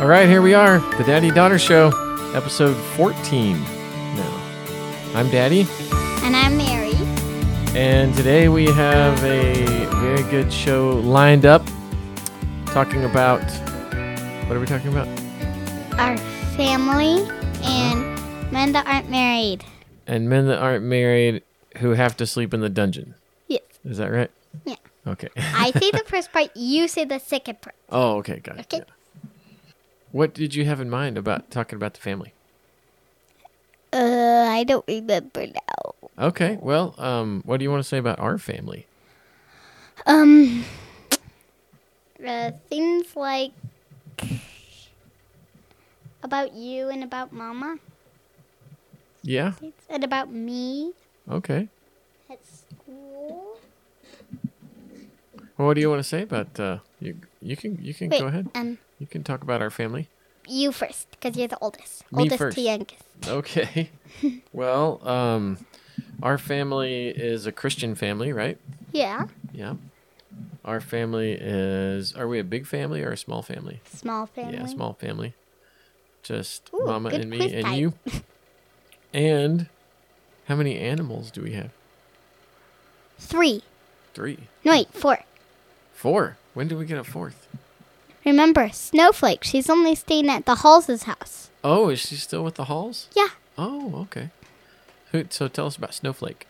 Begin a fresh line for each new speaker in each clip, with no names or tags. All right, here we are, the Daddy Daughter Show, episode 14. Now, I'm Daddy,
And I'm Mary.
and today we have a very good show lined up. Talking about what are we talking about?
Our family and men that aren't married.
And men that aren't married who have to sleep in the dungeon.
Yes.
Is that right?
Yeah.
Okay.
I say the first part, you say the second part.
Oh, okay, got it.
Okay.
What did you have in mind about talking about the family?
Uh, I don't remember now.
Okay, well, um, what do you want to say about our family?
Um, uh, things like about you and about Mama
Yeah,
and about me
okay.
at school.
Well, what do you want to say about uh, you? You can you can
Wait,
go ahead.
um,
You can talk about our family.
you first, because you're the oldest.
Me
oldest
first.
to youngest.
Okay. well, um, our family is a Christian family, right?
Yeah,
Yeah. Our family is. Are we a big family or a small family?
small family.
Yeah, small family. Just
Ooh,
mama
good
and me
quiz
and
type.
you. And how many animals do we have?
Three.
Three,
No, wait, four.
four. When did we get a fourth?
Remember, Snowflake, she's only staying at the Halls' house.
Oh, is she still with the Halls?
Yeah.
Oh, okay. Who? So tell us about Snowflake.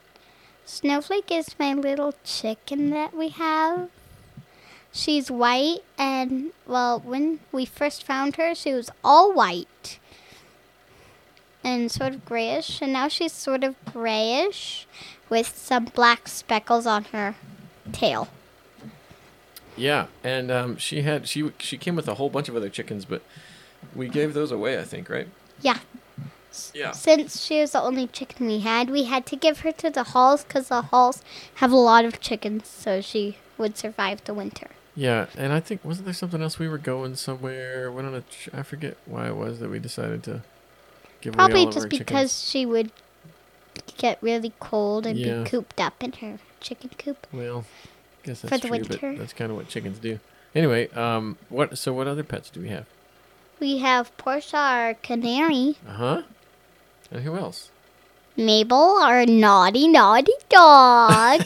Snowflake is my little chicken that we have. She's white, and, well, when we first found her, she was all white and sort of grayish, and now she's sort of grayish with some black speckles on her tail.
Yeah, and um, she had she she came with a whole bunch of other chickens, but we gave those away. I think, right?
Yeah.
Yeah.
Since she was the only chicken we had, we had to give her to the halls because the halls have a lot of chickens, so she would survive the winter.
Yeah, and I think wasn't there something else? We were going somewhere. Went on a tr- I forget why it was that we decided to give away
Probably
all of
just
our chickens.
because she would get really cold and
Yeah.
be cooped up in her chicken coop.
Well, I guess that's
the
true,
winter.
but that's kind of what chickens do. Anyway, um, what so what other pets do we have?
We have Portia, our canary,
Uh huh. And who else?
Mabel, our naughty, naughty dog,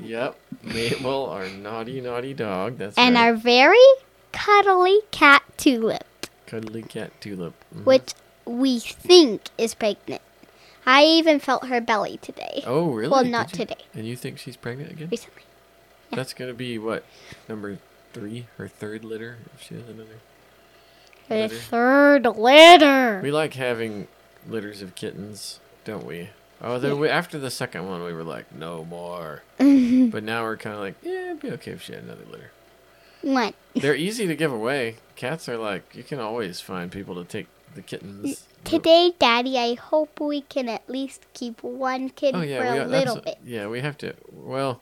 Yep, Mabel, our naughty naughty dog. That's
and
right. Mm-hmm.
our very cuddly cat, Tulip.
cuddly cat Tulip. Mhm.
which we think is pregnant. I even felt her belly today.
Oh, really?
Well,
Did
not
you-
today.
And you think she's pregnant again?
Recently.
That's gonna be what number three, her third litter. If she has another,
Her
Litter.
third litter.
we like having litters of kittens, don't we? Although we, after the second one, we were like, no more. but now we're kind of like, yeah, it'd be okay if she had another litter.
One.
They're easy to give away. Cats are like, you can always find people to take the kittens.
Today, Daddy, I hope we can at least keep one kid
Oh yeah,
for
we
a
are-
little
that's-
bit.
Yeah, we have to. Well,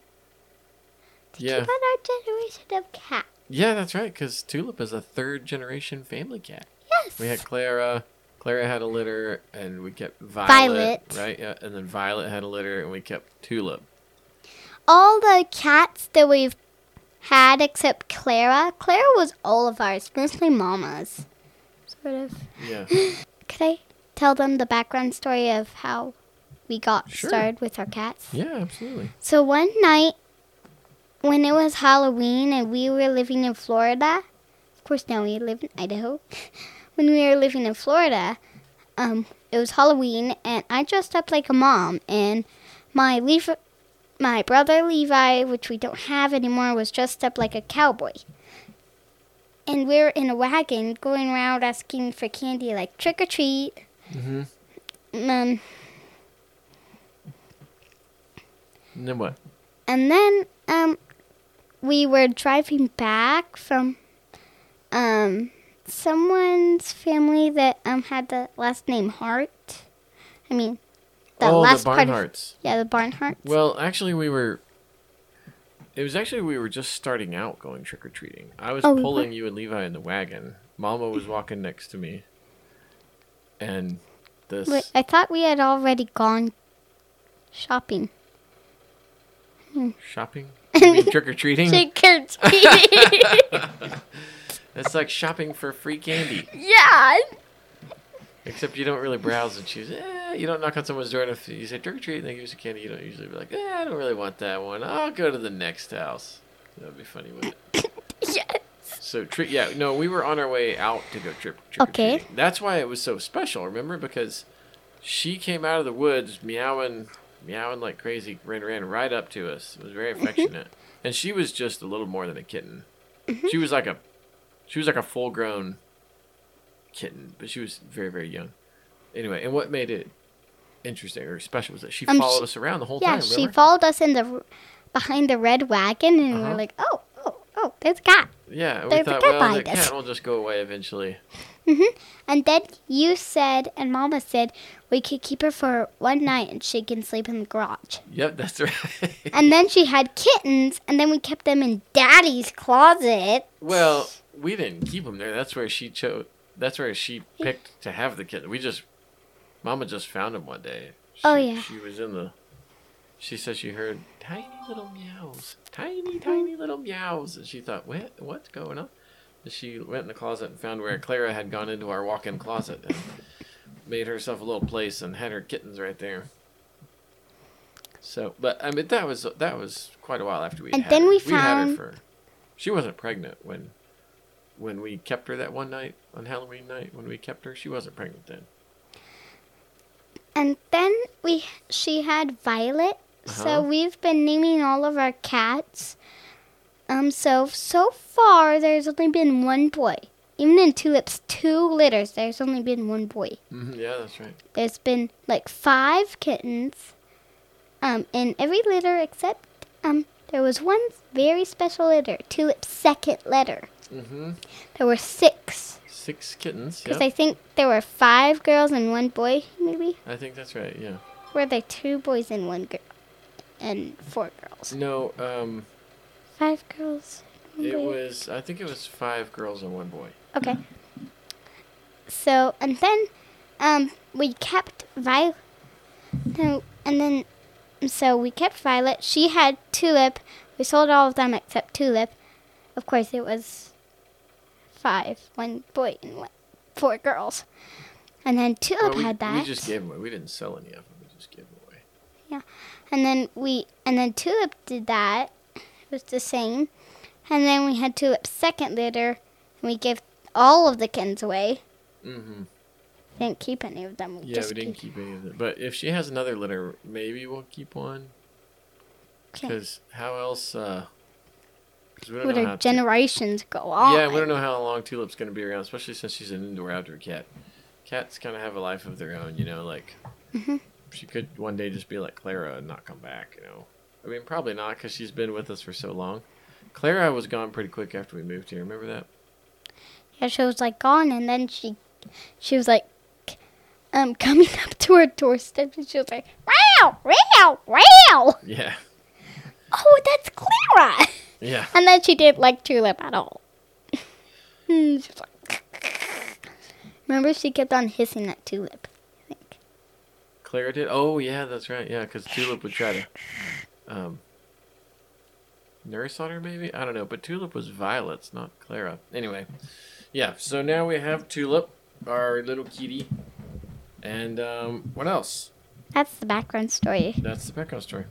To
yeah.
keep on our generation of cats.
yeah, that's right. Because Tulip is a third generation family cat.
Yes.
We had Clara. Clara had a litter, and we kept Violet,
Violet.
right? Yeah, and then Violet had a litter, and we kept Tulip.
All the cats that we've had except Clara. Clara was all of ours, mostly Mama's. Sort of.
Yeah,
Could I tell them the background story of how we got
Sure.
started with our cats?
yeah, absolutely.
So one night, when it was Halloween and we were living in Florida, of course now we live in Idaho. when we were living in Florida, um, it was Halloween and I dressed up like a mom and my Levi, my brother Levi, which we don't have anymore, was dressed up like a cowboy. And we were in a wagon going around asking for candy like trick or treat.
Mm-hmm.
Um,
And then what?
And then um, we were driving back from um, someone's family that um, had the last name Hart. I mean, the
oh,
last
the
part.
Barnharts.
Of, yeah, the Barnhart.
Well, actually, we were. It was actually we were just starting out going trick or treating. I was
Oh, we
pulling you and Levi in the wagon. Mama was walking next to me, and this.
Wait, I thought we had already gone shopping.
Shopping? You mean Trick or treating?
Trick or treat.
It's like shopping for free candy.
Yeah.
Except you don't really browse and choose. Eh, you don't knock on someone's door and if you say trick or treat and they give you some candy, you don't usually be like, eh, I don't really want that one. I'll go to the next house. That would be funny, wouldn't it?
Yeah.
So trick, yeah, no, we were on our way out to go trip. trick or
Okay.
treating. That's why it was so special. Remember because she came out of the woods meowing, meowing like crazy, ran ran right up to us. It was very
Mm-hmm.
affectionate, and she was just a little more than a kitten.
Mm-hmm.
She was like a, she was like a full grown kitten, but she was very very young. Anyway, and what made it interesting or special was that she
Um,
followed
she-
us around the whole
Yeah,
time.
she
remember?
followed us in the r- behind the red wagon, and we
Uh-huh.
were like, "Oh, oh, oh, there's a cat."
yeah, and we
there's a
thought,
cat
well,
behind
that
us.
cat will just go away eventually.
Mm-hmm. And then you said, and Mama said, we could keep her for one night, and she can sleep in the garage.
Yep, that's right.
And then she had kittens, and then we kept them in Daddy's closet.
Well, we didn't keep them there. That's where she chose. That's where she picked to have the kitten. We just, Mama just found him one day. She,
Oh, yeah.
She was in the. She said she heard tiny little meows, tiny tiny little meows, and she thought, what what's going on? And she went in the closet and found where Clara had gone into our walk-in closet and made herself a little place and had her kittens right there. So, but I mean, that was that was quite a while after we.
And
had
then
her.
we
We
found-
had her for. She wasn't pregnant when, when we kept her that one night on Halloween night when we kept her. She wasn't pregnant then.
And then we she had Violet.
Uh-huh.
So we've been naming all of our cats. Um so so far there's only been one boy. Even in tulips, two litters, there's only been one boy.
Mhm, Yeah, that's right.
There's been like five kittens. Um in every litter except um there was one very special litter, Tulip's second litter.
hmm
There were six.
Six kittens.
Because
yeah.
I think there were five girls and one boy, maybe.
I think that's right. Yeah.
Were there two boys and one girl? And four girls.
No. Um.
Five girls. one
It
boy.
was. I think it was five girls and one boy.
Okay. So, and then um, we kept Violet. No, and then, so we kept Violet. She had Tulip. We sold all of them except Tulip. Of course, it was five one boy and one, four girls. And then Tulip
Well, we,
had that.
we just gave them away. We didn't sell any of them. We just gave them away.
And then we and then Tulip did that. It was the same. And then we had Tulip's second litter and we gave all of the kittens away.
Mm-hmm.
Didn't keep any of them.
Yeah, we didn't keep any of them. But if she has another litter, maybe we'll keep one.
Okay.
Because how else? uh 'cause we don't
Would
know
our
how.
generations go on?
yeah, we don't know how long Tulip's going to be around, especially since she's an indoor-outdoor cat. Cats kind of have a life of their own, you know. Like
Mm-hmm.
she could one day just be like Clara and not come back, you know. I mean, probably not because she's been with us for so long. Clara was gone pretty quick after we moved here. Remember that?
Yeah, she was like gone and then she she was like um coming up to our doorstep and she was like Wow, wow, wow
Yeah,
Oh, that's Clara
yeah.
And then she didn't like Tulip at all. And she was like, Remember, she kept on hissing at Tulip. I think.
Clara did. Oh yeah, that's right. Yeah, because Tulip would try to um, nurse on her, maybe. I don't know. But Tulip was Violet's, not Clara. Anyway, yeah. So now we have Tulip, our little kitty, and um, what else?
That's the background story.
That's the background story.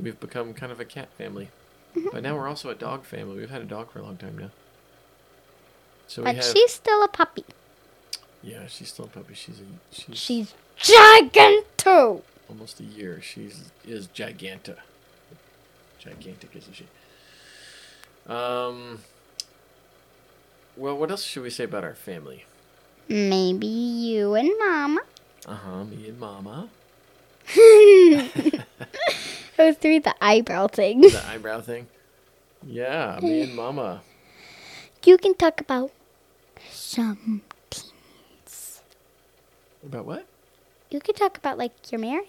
We've become kind of a cat family, but now we're also a dog family. We've had a dog for a long time now. So we
But
have.
she's still a puppy.
yeah, she's still a puppy. She's a, she's
She's giganto.
almost a year. She's is giganta. Gigantic, isn't she? Um. Well, what else should we say about our family?
Maybe you and Mama.
Uh huh. Me and Mama.
it was through the eyebrow thing.
The eyebrow thing. Yeah, me and Mama.
You can talk about some.
About what?
You can talk about like your marriage.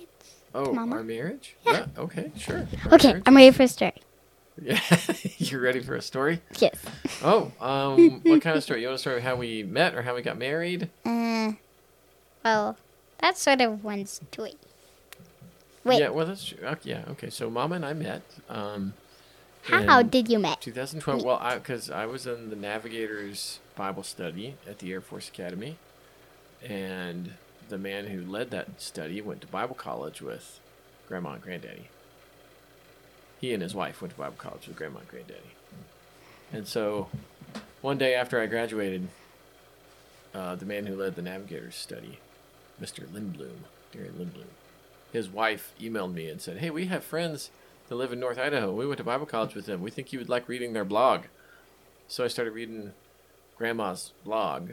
Oh,
Mama?
our marriage.
Yeah.
Okay. Sure. Our
Okay,
marriage.
I'm ready for a story.
Yeah. you ready for a story?
Yes.
Oh, um, what kind of story? You want a story of how we met or how we got married?
Uh, well, that's sort of one story. Wait,
Yeah, well, that's true. Okay, yeah, okay. So, Mama and I met. Um,
How
And-
did you met?
2012. Well, because I, was in the Navigators Bible study at the Air Force Academy, and the man who led that study went to Bible college with Grandma and Granddaddy. He and his wife went to Bible college with Grandma and Granddaddy, and so one day after I graduated, uh, the man who led the Navigators study, Mr. Lindblom, Darren Lindblom, his wife emailed me and said, "Hey, we have friends that live in North Idaho. We went to Bible college with them. We think you would like reading their blog." So I started reading Grandma's blog.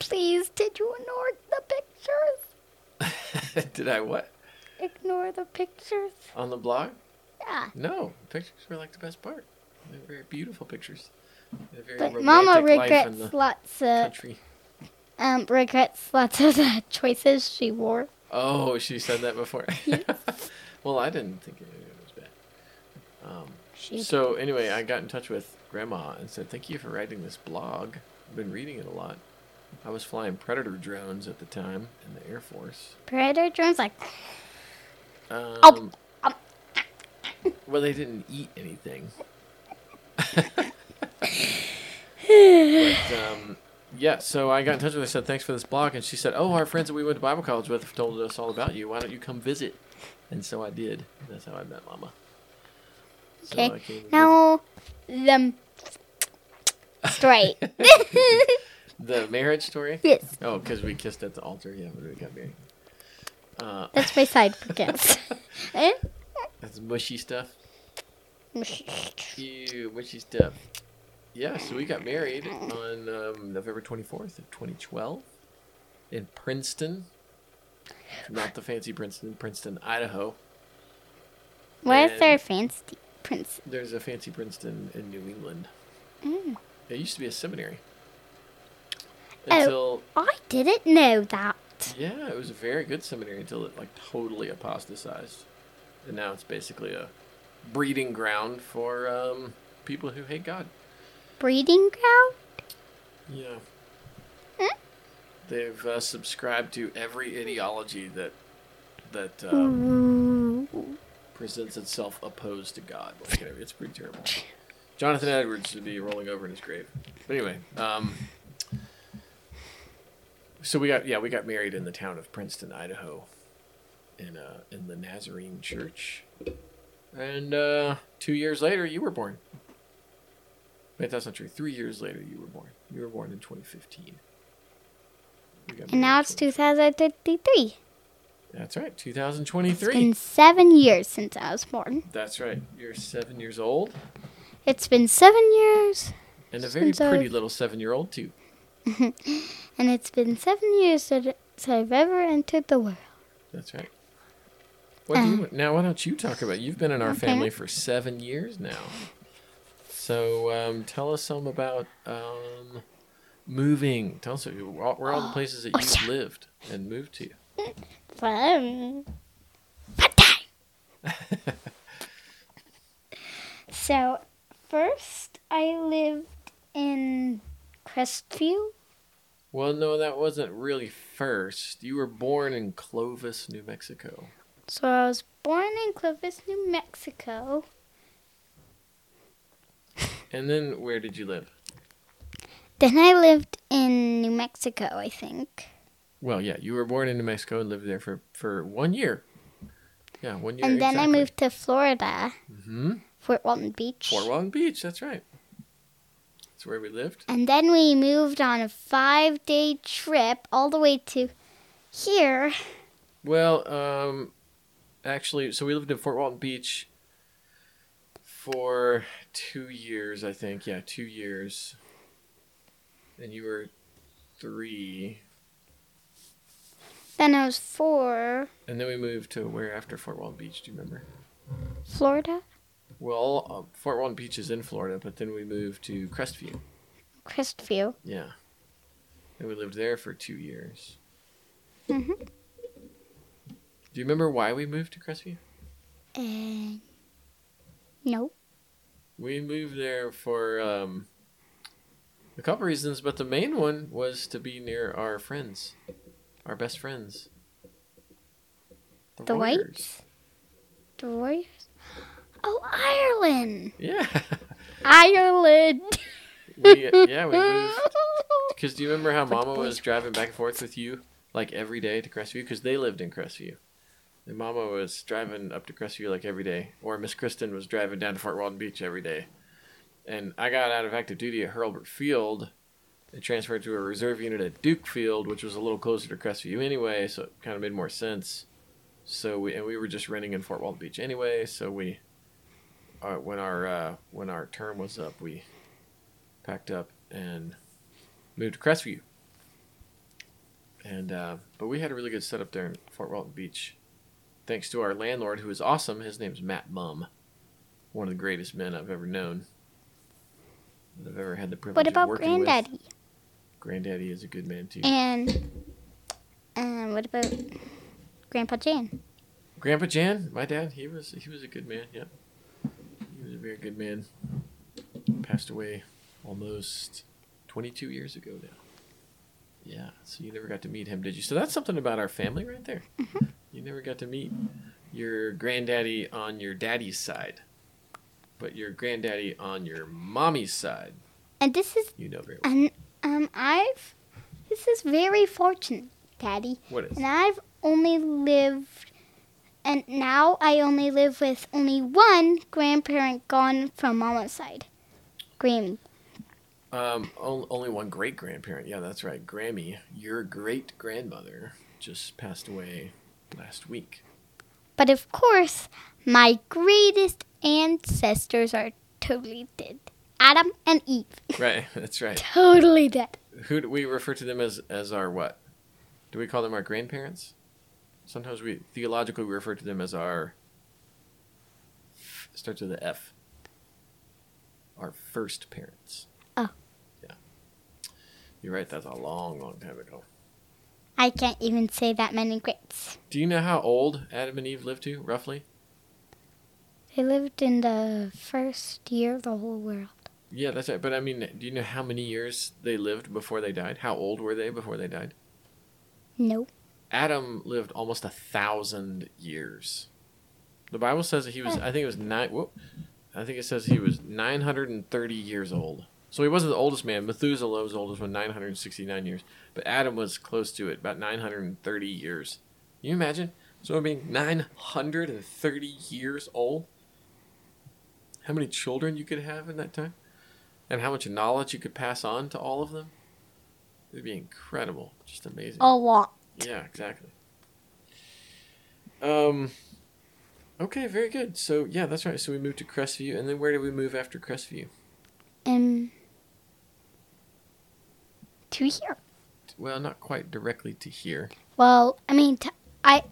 Please, did you ignore the pictures?
Did I what
Ignore the pictures.
on the blog?
Yeah.
No, pictures were like the best part. They're very beautiful pictures. They're very
But
romantic
Mama
life in
regrets
the
lots of
country.
um regrets lots of the choices she wore.
Oh, she said that before. well, I didn't think it was bad. Um,
She
So anyway, I got in touch with Grandma and said, "Thank you for writing this blog. I've been reading it a lot. I was flying Predator drones at the time in the Air Force.
predator drones like
Um,
um.
Well, they didn't eat anything. but, um, yeah, so I got in touch with her. Said thanks for this blog, and she said, "Oh, our friends that we went to Bible college with have told us all about you. Why don't you come visit?" And so I did. That's how I met Mama. So I
okay.
came and
now the straight.
visit- the marriage story.
yes,
Oh, because we kissed at the altar. Yeah, when we got married. Uh,
that's my side for kids. Eh?
that's mushy stuff. Ew, mushy stuff. Yeah, so we got married on um, November 24th of 2012 in Princeton. Not the fancy Princeton, Princeton, Idaho.
Where's their
And-
fancy prince?
There's a fancy Princeton in New England.
Mm.
It used to be a seminary.
Oh.
Until,
I didn't know that.
yeah, it was a very good seminary until it like totally apostatized. And now it's basically a breeding ground for um, people who hate God.
Breeding ground?
Yeah.
Hmm?
They've uh, subscribed to every ideology that that
Mm-hmm.
um,
Ooh.
presents itself opposed to God. Like, you know, it's pretty terrible. Jonathan Edwards should be rolling over in his grave. But anyway, um, so we got yeah we got married in the town of Princeton, Idaho, in uh, in the Nazarene Church, and uh, two years later you were born. Wait, that's not true. Three years later you were born. You were born in 2015. We got married
And now
in
it's
20
2033.
That's right,
It's
2023.
been seven years since I was born.
That's right. You're seven years old.
It's been seven years,
And a very
Since I-
pretty little seven year old, too.
and it's been seven years that since I've ever entered the world.
That's right. What do you,
Um,
now, why don't you talk about You've been in our
okay.
family for seven years now. So um, tell us some about um, moving. Tell us where all- where all the places that
oh,
you've
yeah.
lived and moved to.
Fun. Fun time. so, first I lived in Crestview.
Well, no, that wasn't really first. You were born in Clovis, New Mexico.
So I was born in Clovis, New Mexico.
And then where did you live?
Then I lived in New Mexico, I think.
Well, yeah, you were born in New Mexico and lived there for, for one year. Yeah, one year.
and then I
exactly.
moved to Florida,
hmm
Fort Walton Beach.
Fort Walton Beach, that's right. That's where we lived.
And then we moved on a five day trip all the way to here.
Well, um, actually, so we lived in Fort Walton Beach for two years, I think. Yeah, two years. And you were three.
Then I was four,
And then we moved to where after Fort Walton Beach, do you remember?
Florida,
Well, um, Fort Walton Beach is in Florida, but then we moved to Crestview.
Crestview.
Yeah. And we lived there for two years.
hmm
Do you remember why we moved to Crestview?
And no.
We moved there for um, a couple reasons, but the main one was to be near our friends, our best friends.
The
Warriors.
Whites? The Warriors? Oh, Ireland.
Yeah.
Ireland.
We, yeah, we moved. Because do you remember how Mama was driving back and forth with you, like every day to Crestview? Because they lived in Crestview. And Mama was driving up to Crestview like every day. Or Miss Kristen was driving down to Fort Walton Beach every day. And I got out of active duty at Hurlburt Field and transferred to a reserve unit at Duke Field, which was a little closer to Crestview anyway, so it kind of made more sense. So we and we were just renting in Fort Walton Beach anyway. So we, uh, when our uh, when our term was up, we packed up and moved to Crestview. And uh, but we had a really good setup there in Fort Walton Beach, thanks to our landlord who is awesome. His name's Matt Mum, one of the greatest men I've ever known. That I've ever had the privilege
What
of
about
working with.
Granddaddy?
Granddaddy is a good man too.
And um, what about Grandpa Jan?
Grandpa Jan, my dad, he was he was a good man. Yep, he was a very good man. Passed away almost 22 years ago now. Yeah, so you never got to meet him, did you? So that's something about our family right there. You never got to meet your granddaddy on your daddy's side, but your granddaddy on your mommy's side,
And this is
you know very well.
and um I've this is very fortunate, Daddy.
What is?
And I've only lived and now I only live with only one grandparent gone from Mama's side. Grammy.
Um, on- only one great grandparent. Yeah, that's right. Grammy, your great grandmother, just passed away last week.
But of course, my greatest ancestors are totally dead. Adam and Eve.
Right, that's right.
Totally dead.
Who do we refer to them as? As our what? Do we call them our grandparents? Sometimes we theologically we refer to them as our. it Starts with the F. Our first parents.
Oh.
Yeah. You're right. That's a long, long time ago.
I can't even say that many greats.
Do you know how old Adam and Eve lived to roughly?
They lived in the first year of the whole world.
Yeah, that's right. But I mean, do you know how many years they lived before they died? How old were they before they died?
Nope.
Adam lived almost a thousand years. The Bible says that he was. I think it was nine. Whoop, I think it says he was nine hundred and thirty years old. So he wasn't the oldest man. Methuselah was the oldest one, nine hundred and sixty-nine years. But Adam was close to it, about nine hundred and thirty years. Can you imagine? So I mean, nine hundred and thirty years old. How many children you could have in that time, and how much knowledge you could pass on to all of them? It'd be incredible, just amazing.
A lot.
Yeah, exactly. Um, okay, very good. So yeah, that's right. So we moved to Crestview, and then where did we move after Crestview?
Um. To here.
Well, not quite directly to here.
Well, I mean, to, I.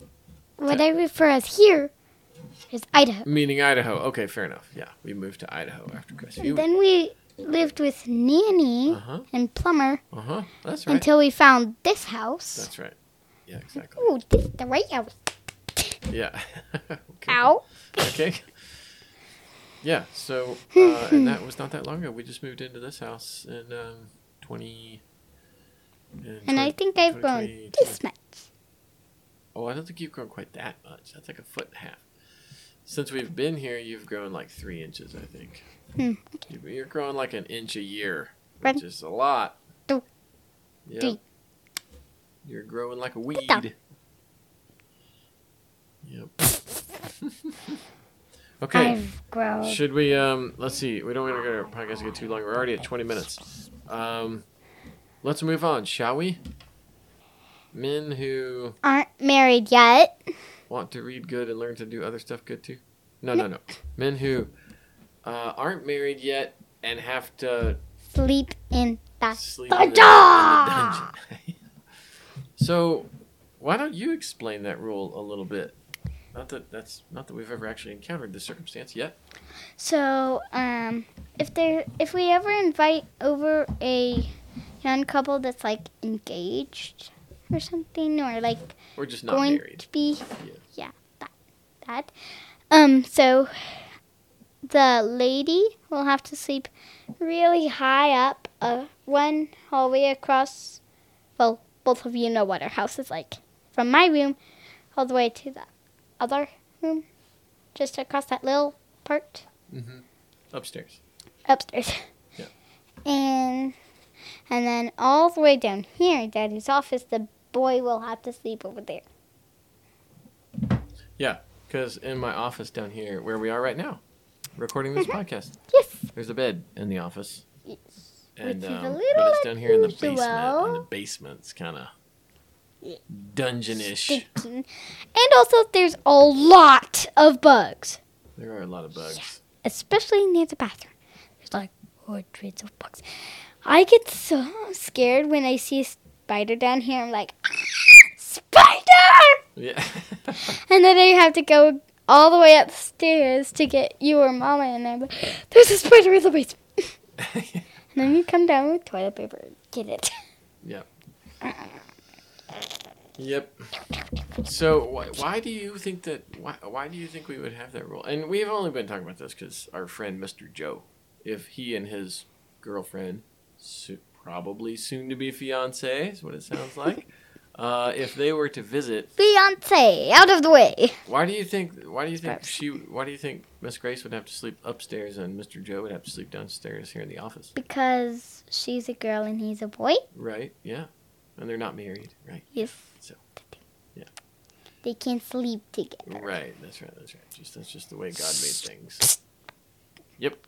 What I refer as here is Idaho.
Meaning Idaho. Okay, fair enough. Yeah, we moved to Idaho after
And
Crestview.
then we lived with Nanny
Uh huh.
and Plumber
Uh huh. That's right.
until we found this house.
That's right. Yeah, exactly.
Ooh, this is the right house.
Yeah. okay.
Ow.
Okay. Yeah. So, uh, and that was not that long ago. We just moved into this house in um, twenty. in
And I
20
think I've grown
20,
this much.
Oh, I don't think you've grown quite that much. That's like a foot and a half. Since we've been here, you've grown like three inches, I think.
Hmm,
You- You're growing like an inch a year,
One,
which is a lot.
two,
Yep.
three.
You're growing like a weed.
Down.
Yep. okay.
I've grown.
Should we? Um. Let's see. We don't want to go our podcast to get too long. We're already at 20 minutes. Um. Let's move on, shall we? Men who
Aren't married yet.
want to read good and learn to do other stuff good too? No, no, no. Men who uh, aren't married yet and have to
Sleep in the
sleep in the- in the
dungeon.
dungeon. so, why don't you explain that rule a little bit? Not that that's not that we've ever actually encountered this circumstance yet.
So, um, if there, if we ever invite over a young couple that's like engaged or something, or like
We're just not
going
married.
to be, yeah, that, that, um, so the lady will have to sleep really high up, uh, one hallway across. Well, both of you know what our house is like, from my room all the way to the other room, just across that little part
Mm-hmm. Upstairs.
upstairs.
Yeah.
And and then all the way down here, in Daddy's office, the boy will have to sleep over there.
Because in my office down here, where we are right now, recording this podcast,
Yes.
there's a bed in the office. And
Which is a
um, but
little
it's down here in the basement.
unusual.
And the basement's kind of
Yeah.
dungeon-ish.
Stinking. And also, there's a lot of bugs,
There are a lot of bugs.
especially near the bathroom. There's like hundreds of bugs. I get so scared when I see a spider down here. I'm like, "Ah, spider!
Yeah.
And then I have to go all the way upstairs to get you or Mama, and I'm like, there's a spider in the basement. And then you come down with toilet paper and get it.
yep. So why, why do you think that? Why, why do you think we would have that rule? And we've only been talking about this because our friend Mr. Joe, if he and his girlfriend, so, probably soon to be fiance, is what it sounds like. Uh, if they were to visit,
Beyonce, out of the way.
why do you think? Why do you think
Perhaps.
she? Why do you think Miss Grace would have to sleep upstairs and Mr. Joe would have to sleep downstairs here in the office?
Because she's a girl and he's a boy.
Right? Yeah. And they're not married, right?
Yes.
So, yeah.
They can't sleep together.
Right, that's right, that's right. Just that's just the way God made things. Yep.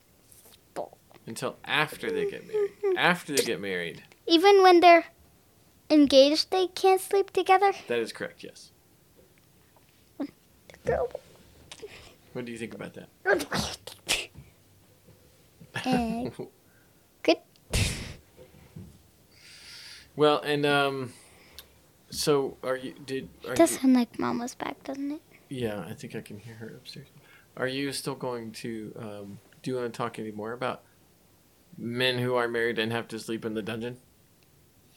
Until after they get married. After they get married.
Even when they're engaged, they can't sleep together.
That is correct, yes.
Girl.
What do you think about that?
Eh, good.
well, and um so are you did are
Does
you,
sound like Mama's back, doesn't it?
Yeah, I think I can hear her upstairs. Are you still going to um do you want to talk any more about men who are married and have to sleep in the dungeon?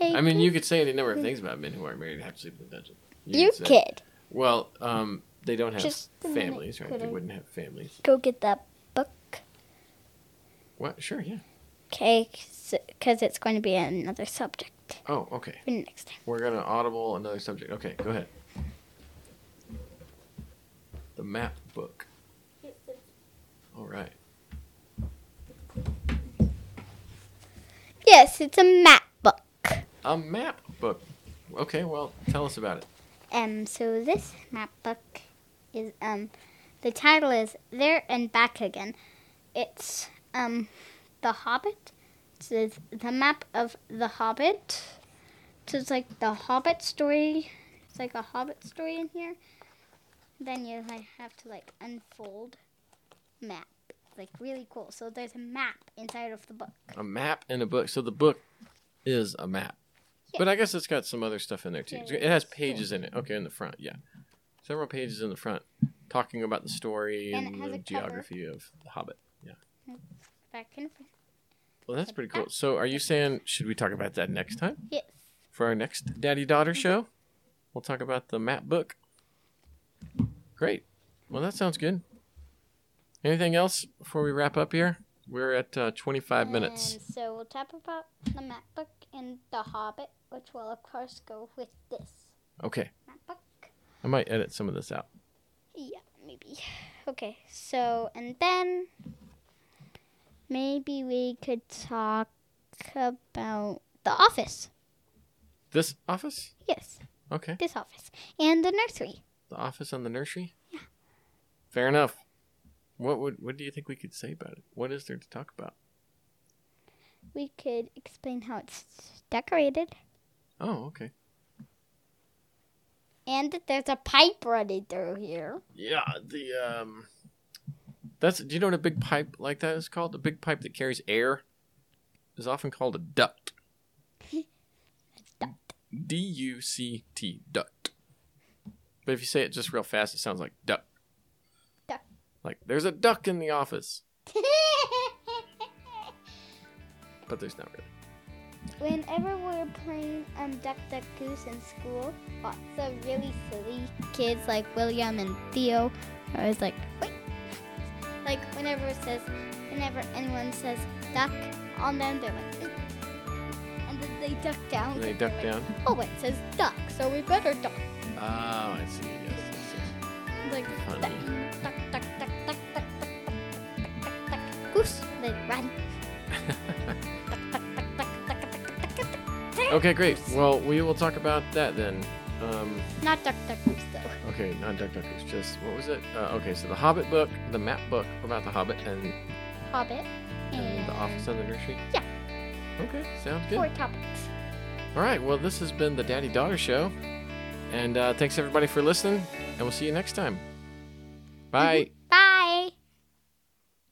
I mean, you could say any number of things about men who are married and have to sleep in the dungeon.
You
could say-
kid.
Well, um, they don't have
Just a minute,
families, right?
could
They
I-
wouldn't have families.
Go get that book.
What? Sure, yeah.
Okay, because it's going to be another subject
Oh, okay.
for next time.
We're gonna audible another subject. Okay, go ahead. The map book. All right.
Yes, it's a map book.
A map book. Okay, well, tell us about it.
Um, so this map book is um, the title is There and Back Again. It's um, The Hobbit. It's the- the map of The Hobbit. So it's like the Hobbit story. It's like a Hobbit story in here. Then you like have to like unfold map. It's like really cool. So there's a map inside of the book.
A map and a book. So the book is a map, but I guess it's got some other stuff in there too.
Yeah,
It has pages in it. Okay, in the front, yeah, several pages in the front, talking about the story
And it
and,
has
the
a cover.
geography of the Hobbit. Yeah.
Back and forth.
Well, that's pretty cool. So, are you saying should we talk about that next time
Yes.
for our next daddy daughter
Mm-hmm.
show? We'll talk about the map book. Great. Well, that sounds good. Anything else before we wrap up here? We're at uh, 25 minutes.
And so we'll talk about the map book and the Hobbit, which will of course go with this
Okay.
map book.
I might edit some of this out.
Yeah, maybe. Okay, so and then maybe we could talk about the office.
This office?
Yes,
Okay.
this office and the nursery.
The office on the nursery? Yeah. Fair enough. What would what do you think we could say about it? What is there to talk about?
We could explain how it's decorated
Oh, okay.
and that there's a pipe running through here.
Yeah, the um That's do you know what a big pipe like that is called? A big pipe that carries air is often called a duct. D U C T duct. But if you say it just real fast, it sounds like duck.
Duck.
Like there's a duck in the office, but there's not really.
Whenever we're playing um, Duck Duck Goose in school, lots of really silly kids like William and Theo are always like, wait. Like whenever it says, whenever anyone says duck on them, they're like, "Wait." and then they duck down.
And they
'cause they're
duck
like,
down.
Oh, it says duck, so we better duck.
Oh, I see. Yes, yes, yes.
Like
Funny.
duck, duck, duck, duck, duck, duck, duck, duck, duck.
Okay, great. Well, we will talk about that then. Um,
Not Duck Duck Goose though.
okay, not Duck Duck Goose, just what was it? Uh, okay, so the Hobbit book, the map book about the Hobbit, and,
Hobbit
and the Office of the Nursery.
Yeah.
Okay, sounds good.
four topics.
All right, well, this has been the Daddy Daughter Show, and uh, thanks everybody for listening, and we'll see you next time. Bye.